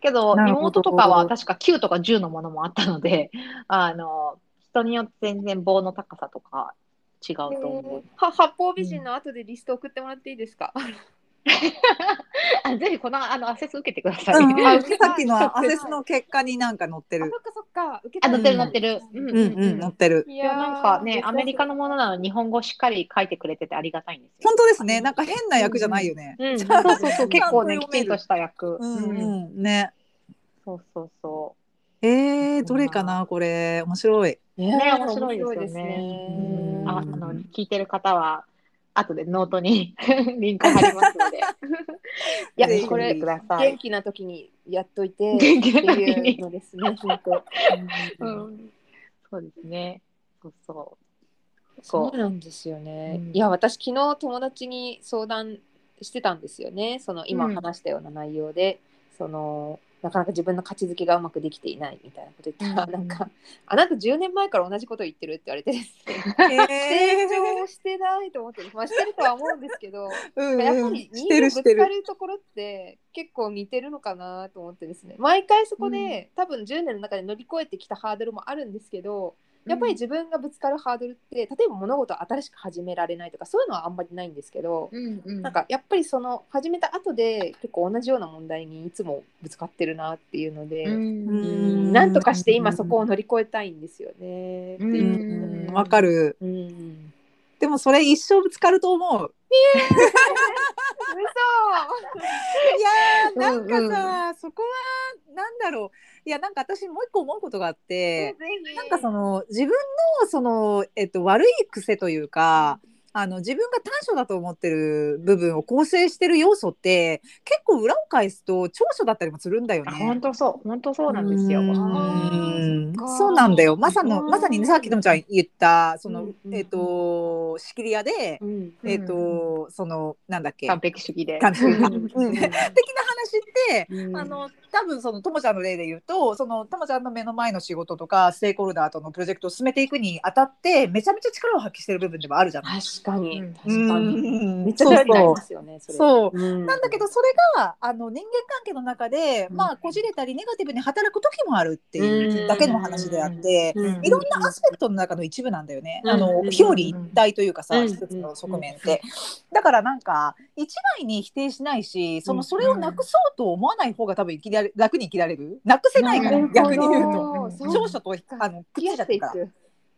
[SPEAKER 3] けど
[SPEAKER 2] なるほど
[SPEAKER 3] 妹とかは確か9とか10のものもあったので あの人によって全然棒の高さとか違うと思う。
[SPEAKER 1] は八方美人の後でリスト送ってもらっていいですか。
[SPEAKER 3] あぜひこのあのアセス受けてください。
[SPEAKER 2] うん、あ
[SPEAKER 3] あ
[SPEAKER 2] さっきのアセスの結果になんか載って
[SPEAKER 1] あ、そっ
[SPEAKER 2] る。
[SPEAKER 1] かそっか。受け
[SPEAKER 3] 載ってる載って
[SPEAKER 1] る。
[SPEAKER 3] る。うん
[SPEAKER 2] うんうん載ってる。
[SPEAKER 1] い
[SPEAKER 3] いやなんかねアメリカ
[SPEAKER 1] の。
[SPEAKER 3] のものなのに日本語しっかり書いてくれててありがたいんですよ。
[SPEAKER 2] 本当ですね。なんか変な役じゃないよね。
[SPEAKER 1] うん、
[SPEAKER 3] そうそうそう
[SPEAKER 2] ち
[SPEAKER 3] 結
[SPEAKER 2] ゃんと
[SPEAKER 3] 構ねき
[SPEAKER 2] 読め
[SPEAKER 3] ち
[SPEAKER 2] る
[SPEAKER 3] んとした役。
[SPEAKER 2] う
[SPEAKER 3] うん
[SPEAKER 2] んうんね。
[SPEAKER 3] そうそうそ
[SPEAKER 2] えー、どれかなこれ面白 い。
[SPEAKER 1] ね
[SPEAKER 3] 面白いですよねう。
[SPEAKER 2] う
[SPEAKER 3] あ
[SPEAKER 2] ん
[SPEAKER 3] あの聞いてる方は後でノートに リンク貼りますの で。いや
[SPEAKER 1] ぜ
[SPEAKER 2] ひ
[SPEAKER 3] これくださ
[SPEAKER 1] 元
[SPEAKER 3] い。
[SPEAKER 1] 気な時にやっといて。
[SPEAKER 3] 元気な
[SPEAKER 1] ってい
[SPEAKER 3] 時
[SPEAKER 1] う
[SPEAKER 3] に。
[SPEAKER 1] のですね。本当。
[SPEAKER 3] うんそうですね。そうそう。
[SPEAKER 1] そうなんですよね。
[SPEAKER 3] うん
[SPEAKER 1] いや私昨日友達に相談してたんですよね。その今
[SPEAKER 3] うん
[SPEAKER 1] 話したような内容で、そのなかなか自分の価値づけがうまくできていないみたいなこと言ったら、
[SPEAKER 3] うん
[SPEAKER 1] なんかあなた10年前から同じこと言ってるって言われてですね。
[SPEAKER 2] え
[SPEAKER 1] 成長してないと思ってる。まあしてるとは思うんですけど、
[SPEAKER 2] うん
[SPEAKER 1] やっぱ
[SPEAKER 2] うん
[SPEAKER 1] り人
[SPEAKER 2] してる
[SPEAKER 1] 間ぶ
[SPEAKER 2] し
[SPEAKER 1] つ
[SPEAKER 2] て
[SPEAKER 1] か
[SPEAKER 2] る。
[SPEAKER 1] るところって結構似てるのかなと思ってですね。毎回そこで、多分10年の中で乗り越えてきたハードルもあるんですけど。やっぱり自分がぶつかるハードルって例えば物事を新しく始められないとかそういうのはあんまりないんですけど、
[SPEAKER 3] うんうん
[SPEAKER 1] なんかやっぱりその始めた後で結構同じような問題にいつもぶつかってるなっていうので、
[SPEAKER 3] うん
[SPEAKER 2] ん
[SPEAKER 1] なんとかして今そこを乗り越えたいんですよね。
[SPEAKER 3] うん
[SPEAKER 1] って
[SPEAKER 2] う
[SPEAKER 1] い
[SPEAKER 2] んわかる。
[SPEAKER 1] うんうん、
[SPEAKER 2] でもそれ一生ぶつかると思う。い やーなんかさ、そこはなんだろういやなんか私もう一個思うことがあって、なんかその自分のその、えっと、悪い癖というかあの自分が短所だと思ってる部分を構成してる要素って結構裏を返すと長所だったりもするんだよ
[SPEAKER 3] あ
[SPEAKER 2] ね
[SPEAKER 3] 本。当そう本当そうなんですよ。
[SPEAKER 2] う
[SPEAKER 1] あ
[SPEAKER 2] ん
[SPEAKER 1] ーそっか
[SPEAKER 2] そうなんだよまさの
[SPEAKER 1] うん
[SPEAKER 2] まさにねさっきともちゃん言ったその、
[SPEAKER 1] うんうん
[SPEAKER 2] えっと仕切り屋で、
[SPEAKER 1] うん
[SPEAKER 3] うん
[SPEAKER 2] えっとそのなんだっけ
[SPEAKER 3] 完璧主義で。
[SPEAKER 2] 完璧
[SPEAKER 1] うん
[SPEAKER 2] うん的な話って
[SPEAKER 1] うん
[SPEAKER 2] あの多分そのともちゃんの例で言うとそのともちゃんの目の前の仕事とかステークホルダーとのプロジェクトを進めていくにあたってめちゃめちゃ力を発揮してる部分でもあるじゃない。
[SPEAKER 1] 確かに
[SPEAKER 3] うん
[SPEAKER 1] 確かに、
[SPEAKER 2] うん
[SPEAKER 1] めっちゃ頼りになり
[SPEAKER 2] そう
[SPEAKER 1] ますよねそ
[SPEAKER 2] そう
[SPEAKER 1] れ
[SPEAKER 2] そう
[SPEAKER 1] うん
[SPEAKER 2] なんだけどそれがあの人間関係の中で、
[SPEAKER 1] うん
[SPEAKER 2] まあこじれたりネガティブに働く時もあるっていうだけの話であって、
[SPEAKER 1] う
[SPEAKER 2] いろんなアスペクトの中の一部なんだよね、
[SPEAKER 1] うん
[SPEAKER 2] あの
[SPEAKER 1] うん
[SPEAKER 2] 表裏一体というかさ、
[SPEAKER 1] うん
[SPEAKER 2] 一つの側面って、だからなんか一概に否定しないしそのそれをなくそうと思わない方が多分生きられ楽に生きられるなくせないか
[SPEAKER 1] な
[SPEAKER 2] ら、
[SPEAKER 1] るほど
[SPEAKER 2] 逆に言うと
[SPEAKER 1] そ
[SPEAKER 3] うん
[SPEAKER 1] う
[SPEAKER 2] 長所とあのくっつ
[SPEAKER 1] 付き合
[SPEAKER 2] いちゃっ
[SPEAKER 1] って
[SPEAKER 2] て
[SPEAKER 1] い
[SPEAKER 2] るから
[SPEAKER 1] く。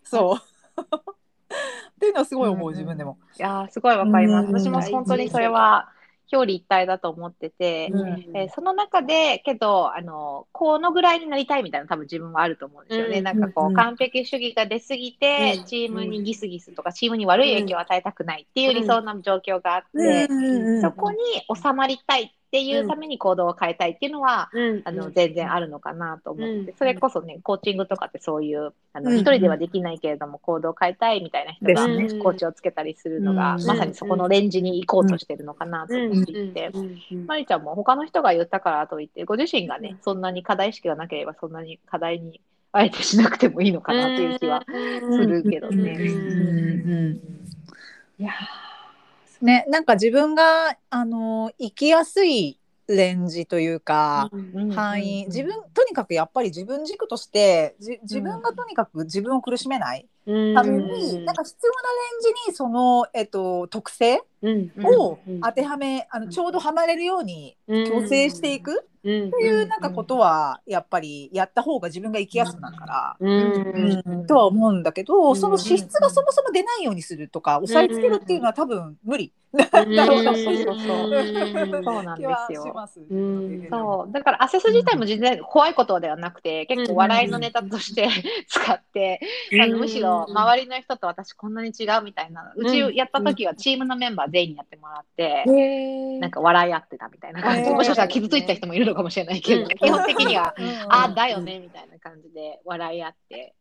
[SPEAKER 2] そうっていうのは すごい思
[SPEAKER 3] うん
[SPEAKER 2] う、
[SPEAKER 3] うん
[SPEAKER 2] 自分でも。
[SPEAKER 3] いやーすごいわかります。
[SPEAKER 2] うん
[SPEAKER 3] 私も本当にそれは表裏一体だと思ってて、
[SPEAKER 2] うん
[SPEAKER 3] えーその中でけどあのこのぐらいになりたいみたいな多分自分はあると思うんですよね。
[SPEAKER 1] うん
[SPEAKER 3] なんかこう、
[SPEAKER 2] うん
[SPEAKER 3] 完璧主義が出すぎて、
[SPEAKER 1] うん
[SPEAKER 3] チームにギスギスとかチームに悪い影響を与えたくないっていう理想な状況があって、
[SPEAKER 1] うん
[SPEAKER 3] そこに収まりたいっていうために行動を変えたいっていうのは
[SPEAKER 1] うん
[SPEAKER 3] あの全然あるのかなと思って、
[SPEAKER 1] うん
[SPEAKER 3] それこそねコーチングとかってそういうあの
[SPEAKER 2] うん
[SPEAKER 3] 一人ではできないけれども行動を変えたいみたいな人が、
[SPEAKER 1] ですね
[SPEAKER 3] コーチをつけたりするのが、
[SPEAKER 2] うん
[SPEAKER 3] まさにそこのレンジに行こうとしてるのかなと思っていて。まりちゃんも他の人が言ったからといってご自身がねそんなに課題意識がなければそんなに課題にあえてしなくてもいいのかなという気はするけど
[SPEAKER 1] う
[SPEAKER 3] ね。
[SPEAKER 1] ん
[SPEAKER 2] うんうん
[SPEAKER 1] いや
[SPEAKER 2] ね、なんか自分があの生きやすいレンジというか、範囲自分とにかくやっぱり自分軸としてじ自分がとにかく自分を苦しめない、ために、なんか必要なレンジにその、えっと、特性を当てはめ、あのちょうどはまれるように調整していく
[SPEAKER 1] てい
[SPEAKER 2] というなんかことはやっぱりやった方が自分が生きやすくなるから。うんとは思うんだけど、その資質がそもそも出ないようにするとか、押さえつけるっていうのは多分無理だろうなっていう
[SPEAKER 3] そうなん
[SPEAKER 2] 気
[SPEAKER 3] で
[SPEAKER 2] は
[SPEAKER 3] す
[SPEAKER 2] し
[SPEAKER 3] よ。
[SPEAKER 2] ます。
[SPEAKER 1] うん
[SPEAKER 3] そうだからアセス自体も全然怖いことではなくて結構笑いのネタとして 使って、あのむしろ周りの人と私こんなに違うみたいなうちやった時はチームのメンバー全員にやってもらって、なんか笑い合ってたみたいな感じ
[SPEAKER 2] へ
[SPEAKER 3] で
[SPEAKER 2] ー
[SPEAKER 3] もしかしたら傷ついた人もいるのかもしれないけど、
[SPEAKER 1] うん
[SPEAKER 3] 基本的には
[SPEAKER 2] うん、
[SPEAKER 3] あだよねみたいな感じで笑い合って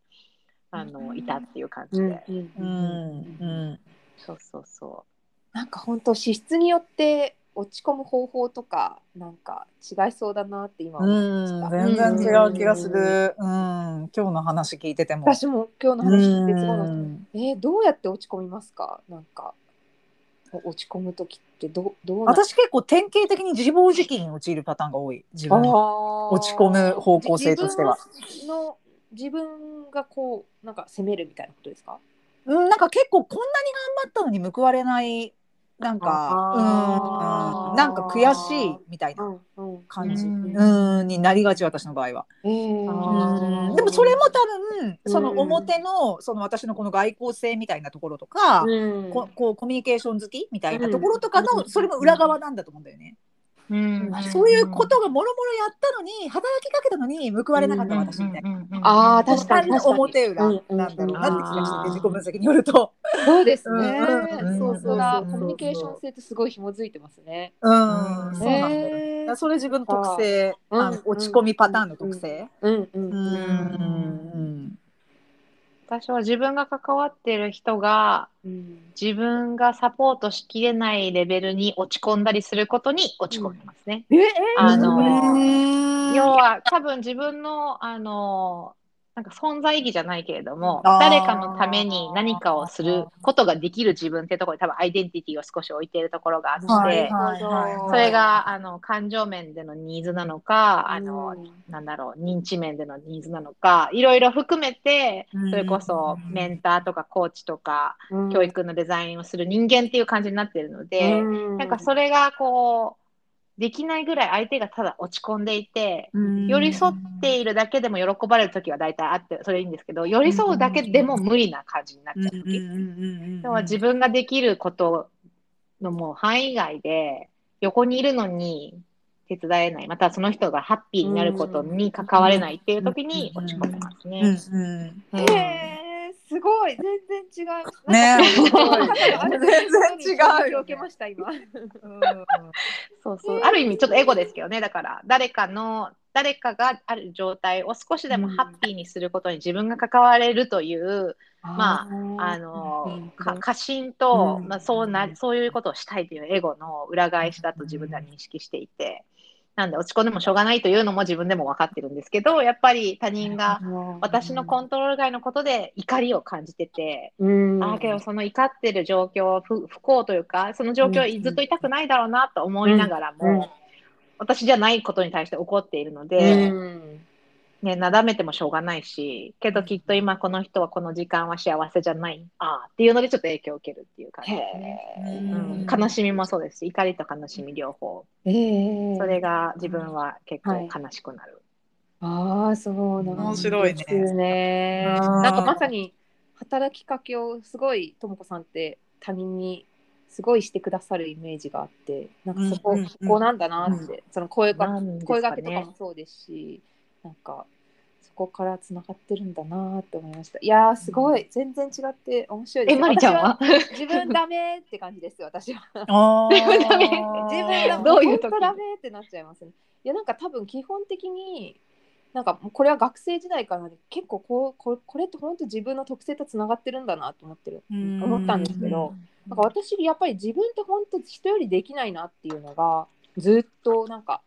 [SPEAKER 3] あのいたっていう感じで、
[SPEAKER 2] うんうん、
[SPEAKER 3] そうそうそ
[SPEAKER 1] なんか本当資質によって落ち込む方法とかなんか違いそうだなって今思いました、
[SPEAKER 2] 全然違う気がする。うん、今日の話聞いてても。
[SPEAKER 1] 私も今日の話聞いてすごい思
[SPEAKER 2] う
[SPEAKER 1] った
[SPEAKER 2] ん
[SPEAKER 1] えー、どうやって落ち込みますかなんか落ち込む時ってどどうな
[SPEAKER 2] 私結構典型的に自暴自棄に陥るパターンが多い。自分の
[SPEAKER 1] 落
[SPEAKER 2] 落ち込む方向性としては。
[SPEAKER 1] 自分の自分がこうなんか責めるみたいなことですか
[SPEAKER 2] うん、なんか結構こんなに頑張ったのに報われない。なん
[SPEAKER 1] あー
[SPEAKER 2] か、うん、なんか悔しいみたいな
[SPEAKER 1] うんうん
[SPEAKER 2] 感じ。
[SPEAKER 3] う
[SPEAKER 2] うんん、になりがち、私の場合は。
[SPEAKER 1] えー
[SPEAKER 3] あー
[SPEAKER 2] でもそれも多
[SPEAKER 1] う
[SPEAKER 2] 分
[SPEAKER 1] ん
[SPEAKER 2] その表のその私のこの外交性みたいなところとか、
[SPEAKER 1] うん
[SPEAKER 2] ここうコミュニケーション好きみたいなところとか
[SPEAKER 1] う
[SPEAKER 2] の
[SPEAKER 1] ん
[SPEAKER 2] それも裏側なんだと思うんだよね。
[SPEAKER 3] う、
[SPEAKER 1] ん
[SPEAKER 2] そういうことがもろもろやったのに働きかけたのに報われなかった私みたいな。
[SPEAKER 1] あー
[SPEAKER 2] この
[SPEAKER 1] 確かに
[SPEAKER 2] 二人の表裏
[SPEAKER 1] うんうん
[SPEAKER 2] なんだろうなって気がして
[SPEAKER 3] あー
[SPEAKER 2] て自己分析によると。
[SPEAKER 1] そうですね
[SPEAKER 2] うんうんうん
[SPEAKER 1] そうそう
[SPEAKER 2] うんうん
[SPEAKER 1] コミュニケーション性とすごい紐づいてますね
[SPEAKER 2] うん、
[SPEAKER 3] うん
[SPEAKER 2] そうなんだよね。
[SPEAKER 1] えー
[SPEAKER 2] だからそれ自分の特性、
[SPEAKER 1] うん
[SPEAKER 2] あの落ち込みパターンの特性。
[SPEAKER 1] うんうん
[SPEAKER 2] うん
[SPEAKER 1] うん
[SPEAKER 2] うん
[SPEAKER 3] 私は自分が関わってる人が
[SPEAKER 1] うん
[SPEAKER 3] 自分がサポートしきれないレベルに落ち込んだりすることに落ち込みますね。
[SPEAKER 1] えー
[SPEAKER 3] あの
[SPEAKER 2] うん
[SPEAKER 3] 要は多分自分のあのなんか存在意義じゃないけれども
[SPEAKER 2] あー
[SPEAKER 3] 誰かのために何かをすることができる自分っていうところに多分アイデンティティを少し置いているところがあって、
[SPEAKER 2] は
[SPEAKER 1] は
[SPEAKER 2] い
[SPEAKER 1] いはいはい
[SPEAKER 3] それがあの感情面でのニーズなのかあの、
[SPEAKER 1] うん
[SPEAKER 3] なんだろう認知面でのニーズなのかいろいろ含めて
[SPEAKER 2] うん
[SPEAKER 3] それこそメンターとかコーチとか
[SPEAKER 1] うん
[SPEAKER 3] 教育のデザインをする人間っていう感じになってるので。
[SPEAKER 1] うん
[SPEAKER 3] なんかそれがこうできないぐらい相手がただ落ち込んでいて寄り添っているだけでも喜ばれる時は大体あってそれいいんですけど寄り添うだけでも無理な感じになっちゃう時要は自分ができることのもう範囲外で横にいるのに手伝えないまたその人がハッピーになることに関われないっていう時に落ち込みますね。
[SPEAKER 2] うんうん
[SPEAKER 3] うん
[SPEAKER 1] えー、すごい全然違う。
[SPEAKER 2] ね
[SPEAKER 1] なんか肩がある
[SPEAKER 2] 全
[SPEAKER 1] 影
[SPEAKER 2] 然違うよね
[SPEAKER 1] 響を受けました今。
[SPEAKER 3] そうそうある意味ちょっとエゴですけどねだから誰かの誰かがある状態を少しでもハッピーにすることに自分が関われるという、まあのか過信と、
[SPEAKER 1] うん
[SPEAKER 3] まあ、そうなそういうことをしたいというエゴの裏返しだと自分では認識していてなんで落ち込んでもしょうがないというのも自分でも分かってるんですけどやっぱり他人が私のコントロール外のことで怒りを感じてて、
[SPEAKER 1] うん、
[SPEAKER 3] ああけどその怒ってる状況不不幸というかその状況
[SPEAKER 1] うん
[SPEAKER 3] をずっと痛くないだろうなと思いながらも、
[SPEAKER 1] うん
[SPEAKER 3] 私じゃないことに対して怒っているので、
[SPEAKER 1] うん
[SPEAKER 3] ね、なだめてもしょうがないしけどきっと今この人はこの時間は幸せじゃないああっていうのでちょっと影響を受けるっていう感じですね、
[SPEAKER 1] へ
[SPEAKER 3] うん、
[SPEAKER 2] うん
[SPEAKER 3] 悲しみもそうですし怒りと悲しみ両方
[SPEAKER 1] えー、
[SPEAKER 3] それが自分は結構悲しくなる、
[SPEAKER 1] ああそうなん
[SPEAKER 2] 面白いね
[SPEAKER 1] ですね
[SPEAKER 2] うん
[SPEAKER 1] なんかまさに働きかけをすごいともこさんって他人にすごいしてくださるイメージがあってなんかそこ、
[SPEAKER 2] うんうんうん
[SPEAKER 1] そこなんだなって、その声が
[SPEAKER 3] なんですか
[SPEAKER 1] 声
[SPEAKER 3] ね
[SPEAKER 1] がけとかもそうですしなんかそこからつながってるんだなって思いましたいやーすごい、全然違って面白いです
[SPEAKER 3] えまりちゃんは
[SPEAKER 1] 私自分ダメって感じですよ私は
[SPEAKER 2] あ
[SPEAKER 3] ダメ
[SPEAKER 1] 自分ダメ
[SPEAKER 3] どういう
[SPEAKER 1] 本
[SPEAKER 3] 時
[SPEAKER 1] 当ダメってなっちゃいますねいやなんか多分基本的になんかこれは学生時代からなんで結構こうこれこれって本当自分の特性とつながってるんだなと思ってる
[SPEAKER 2] うん
[SPEAKER 1] 思ったんですけどなんか私やっぱり自分って本当人よりできないなっていうのがずっとなんか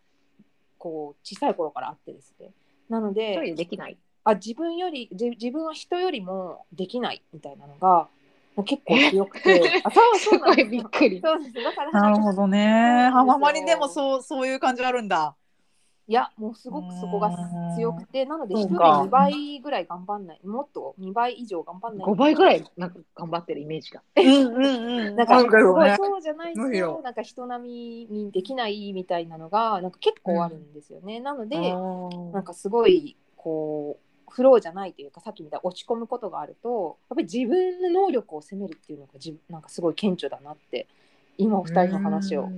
[SPEAKER 1] こう小さい頃からあってですねなの
[SPEAKER 3] 一
[SPEAKER 1] で
[SPEAKER 3] 人でできない
[SPEAKER 1] あ自分よりじ自分は人よりもできないみたいなのが結構強くて あそう
[SPEAKER 3] す
[SPEAKER 1] そうな
[SPEAKER 3] ご
[SPEAKER 1] んで
[SPEAKER 3] い
[SPEAKER 1] す
[SPEAKER 3] びっ
[SPEAKER 1] よ
[SPEAKER 3] くり
[SPEAKER 1] そうですだから
[SPEAKER 2] なるほどね。
[SPEAKER 1] そうなんですよ
[SPEAKER 2] あまりでもそうそういう感じあるんだ。
[SPEAKER 1] いやもうすごくそこが強くてなので
[SPEAKER 3] そ
[SPEAKER 1] 一
[SPEAKER 3] う
[SPEAKER 1] 人で
[SPEAKER 3] か
[SPEAKER 1] 2倍ぐらい頑張んないもっと2倍以上頑張んない
[SPEAKER 3] 5倍ぐらいなんか頑張ってるイメージが。
[SPEAKER 2] うんうんうん。
[SPEAKER 1] なんかす
[SPEAKER 2] あるよ
[SPEAKER 1] ごい
[SPEAKER 2] ね
[SPEAKER 1] そうじゃない
[SPEAKER 2] むし
[SPEAKER 1] と
[SPEAKER 2] ろ
[SPEAKER 1] なんか人並みにできないみたいなのがなんか結構あるんですよね、なのでなんかすごいこうフローじゃないというかさっきみたいに落ち込むことがあるとやっぱり自分の能力を責めるっていうのが自分なんかすごい顕著だなって今お二人の話を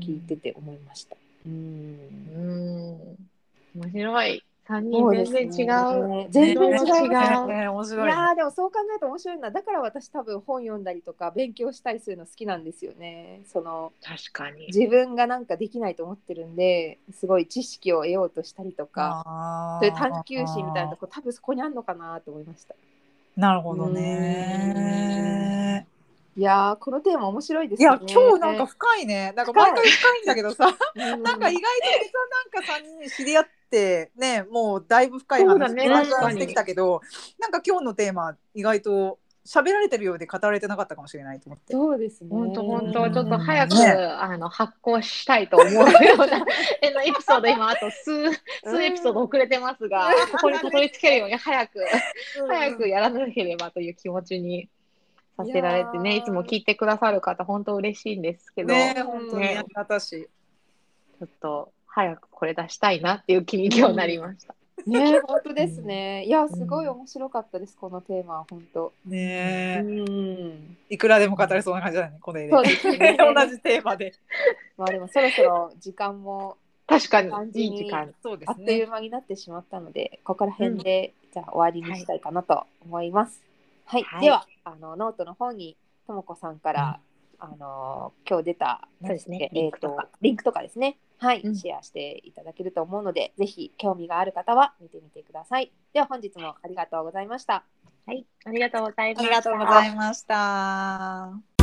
[SPEAKER 1] 聞いてて思いました。うん
[SPEAKER 3] うん。面白い。3
[SPEAKER 1] そ
[SPEAKER 3] 人
[SPEAKER 1] うですね
[SPEAKER 3] 全然違う。
[SPEAKER 1] ね全然違います
[SPEAKER 3] 全然違う
[SPEAKER 1] ね
[SPEAKER 2] ね面
[SPEAKER 1] い
[SPEAKER 2] 白いね。
[SPEAKER 1] やーでもそう考えると面白いなだから私多分本読んだりとか勉強したりするの好きなんですよね。その
[SPEAKER 3] 確かに。
[SPEAKER 1] 自分がなんかできないと思ってるんですごい知識を得ようとしたりとか
[SPEAKER 2] あ
[SPEAKER 1] そう
[SPEAKER 2] ー
[SPEAKER 1] いう探求心みたいなとこ多分そこにあるのかなと思いました
[SPEAKER 2] なるほどね。
[SPEAKER 1] いやーこのテーマ面白いです
[SPEAKER 2] いや今日なんか深いね。なんか毎回深いんだけど さ、なんか意外と別はなんか三人知り合ってね、もうだいぶ深い
[SPEAKER 3] そうだ
[SPEAKER 2] 話
[SPEAKER 3] ね
[SPEAKER 2] がしてきたけど、なんか今日のテーマ意外と喋られてるようで語られてなかったかもしれないと思って。
[SPEAKER 1] そうですね
[SPEAKER 3] 本当本
[SPEAKER 2] う
[SPEAKER 3] 当
[SPEAKER 2] ん
[SPEAKER 3] ちょっと早く、
[SPEAKER 2] ね
[SPEAKER 3] あの発行したいと思うような えのエピソード今あと数数エピソード遅れてますがここにたどり着けるように早く早くやらなければという気持ちにさせられて
[SPEAKER 1] い
[SPEAKER 3] ねい
[SPEAKER 1] やー
[SPEAKER 3] つも聞いてくださる方本当嬉しいんですけど、
[SPEAKER 2] ね本当に
[SPEAKER 3] ね
[SPEAKER 2] ありがたし。
[SPEAKER 3] ちょっと早くこれ出したいなっていう気に今日なりました。
[SPEAKER 1] ね本当ですねいやすごい面白かったですこのテーマは本当う
[SPEAKER 2] ね
[SPEAKER 1] ん
[SPEAKER 2] いくらでも語れそうな感じだねこの絵で
[SPEAKER 1] そう。ですね
[SPEAKER 2] 同じテーマで。
[SPEAKER 1] まあでもそろそろ時間も
[SPEAKER 3] 確かに
[SPEAKER 1] 感じ
[SPEAKER 3] い
[SPEAKER 1] に
[SPEAKER 3] い時間
[SPEAKER 2] そうで
[SPEAKER 1] あっという間になってしまったので、ここら辺で、じゃあ終わりにしたいかなと思います。はい、
[SPEAKER 3] はい
[SPEAKER 1] ではあのノートの方にともこさんから、あの今日出た
[SPEAKER 3] そうですね
[SPEAKER 1] リ
[SPEAKER 3] リ
[SPEAKER 1] ン
[SPEAKER 3] ン
[SPEAKER 1] ク
[SPEAKER 3] ク
[SPEAKER 1] と
[SPEAKER 3] と
[SPEAKER 1] か
[SPEAKER 3] か
[SPEAKER 1] リンクとかですね。はい、
[SPEAKER 3] うん
[SPEAKER 1] シェアしていただけると思うので、ぜひ興味がある方は見てみてください。では本日もありがとうございました。
[SPEAKER 3] はいありがとうございま
[SPEAKER 2] あ
[SPEAKER 3] し
[SPEAKER 2] り
[SPEAKER 3] た
[SPEAKER 2] がとうございました。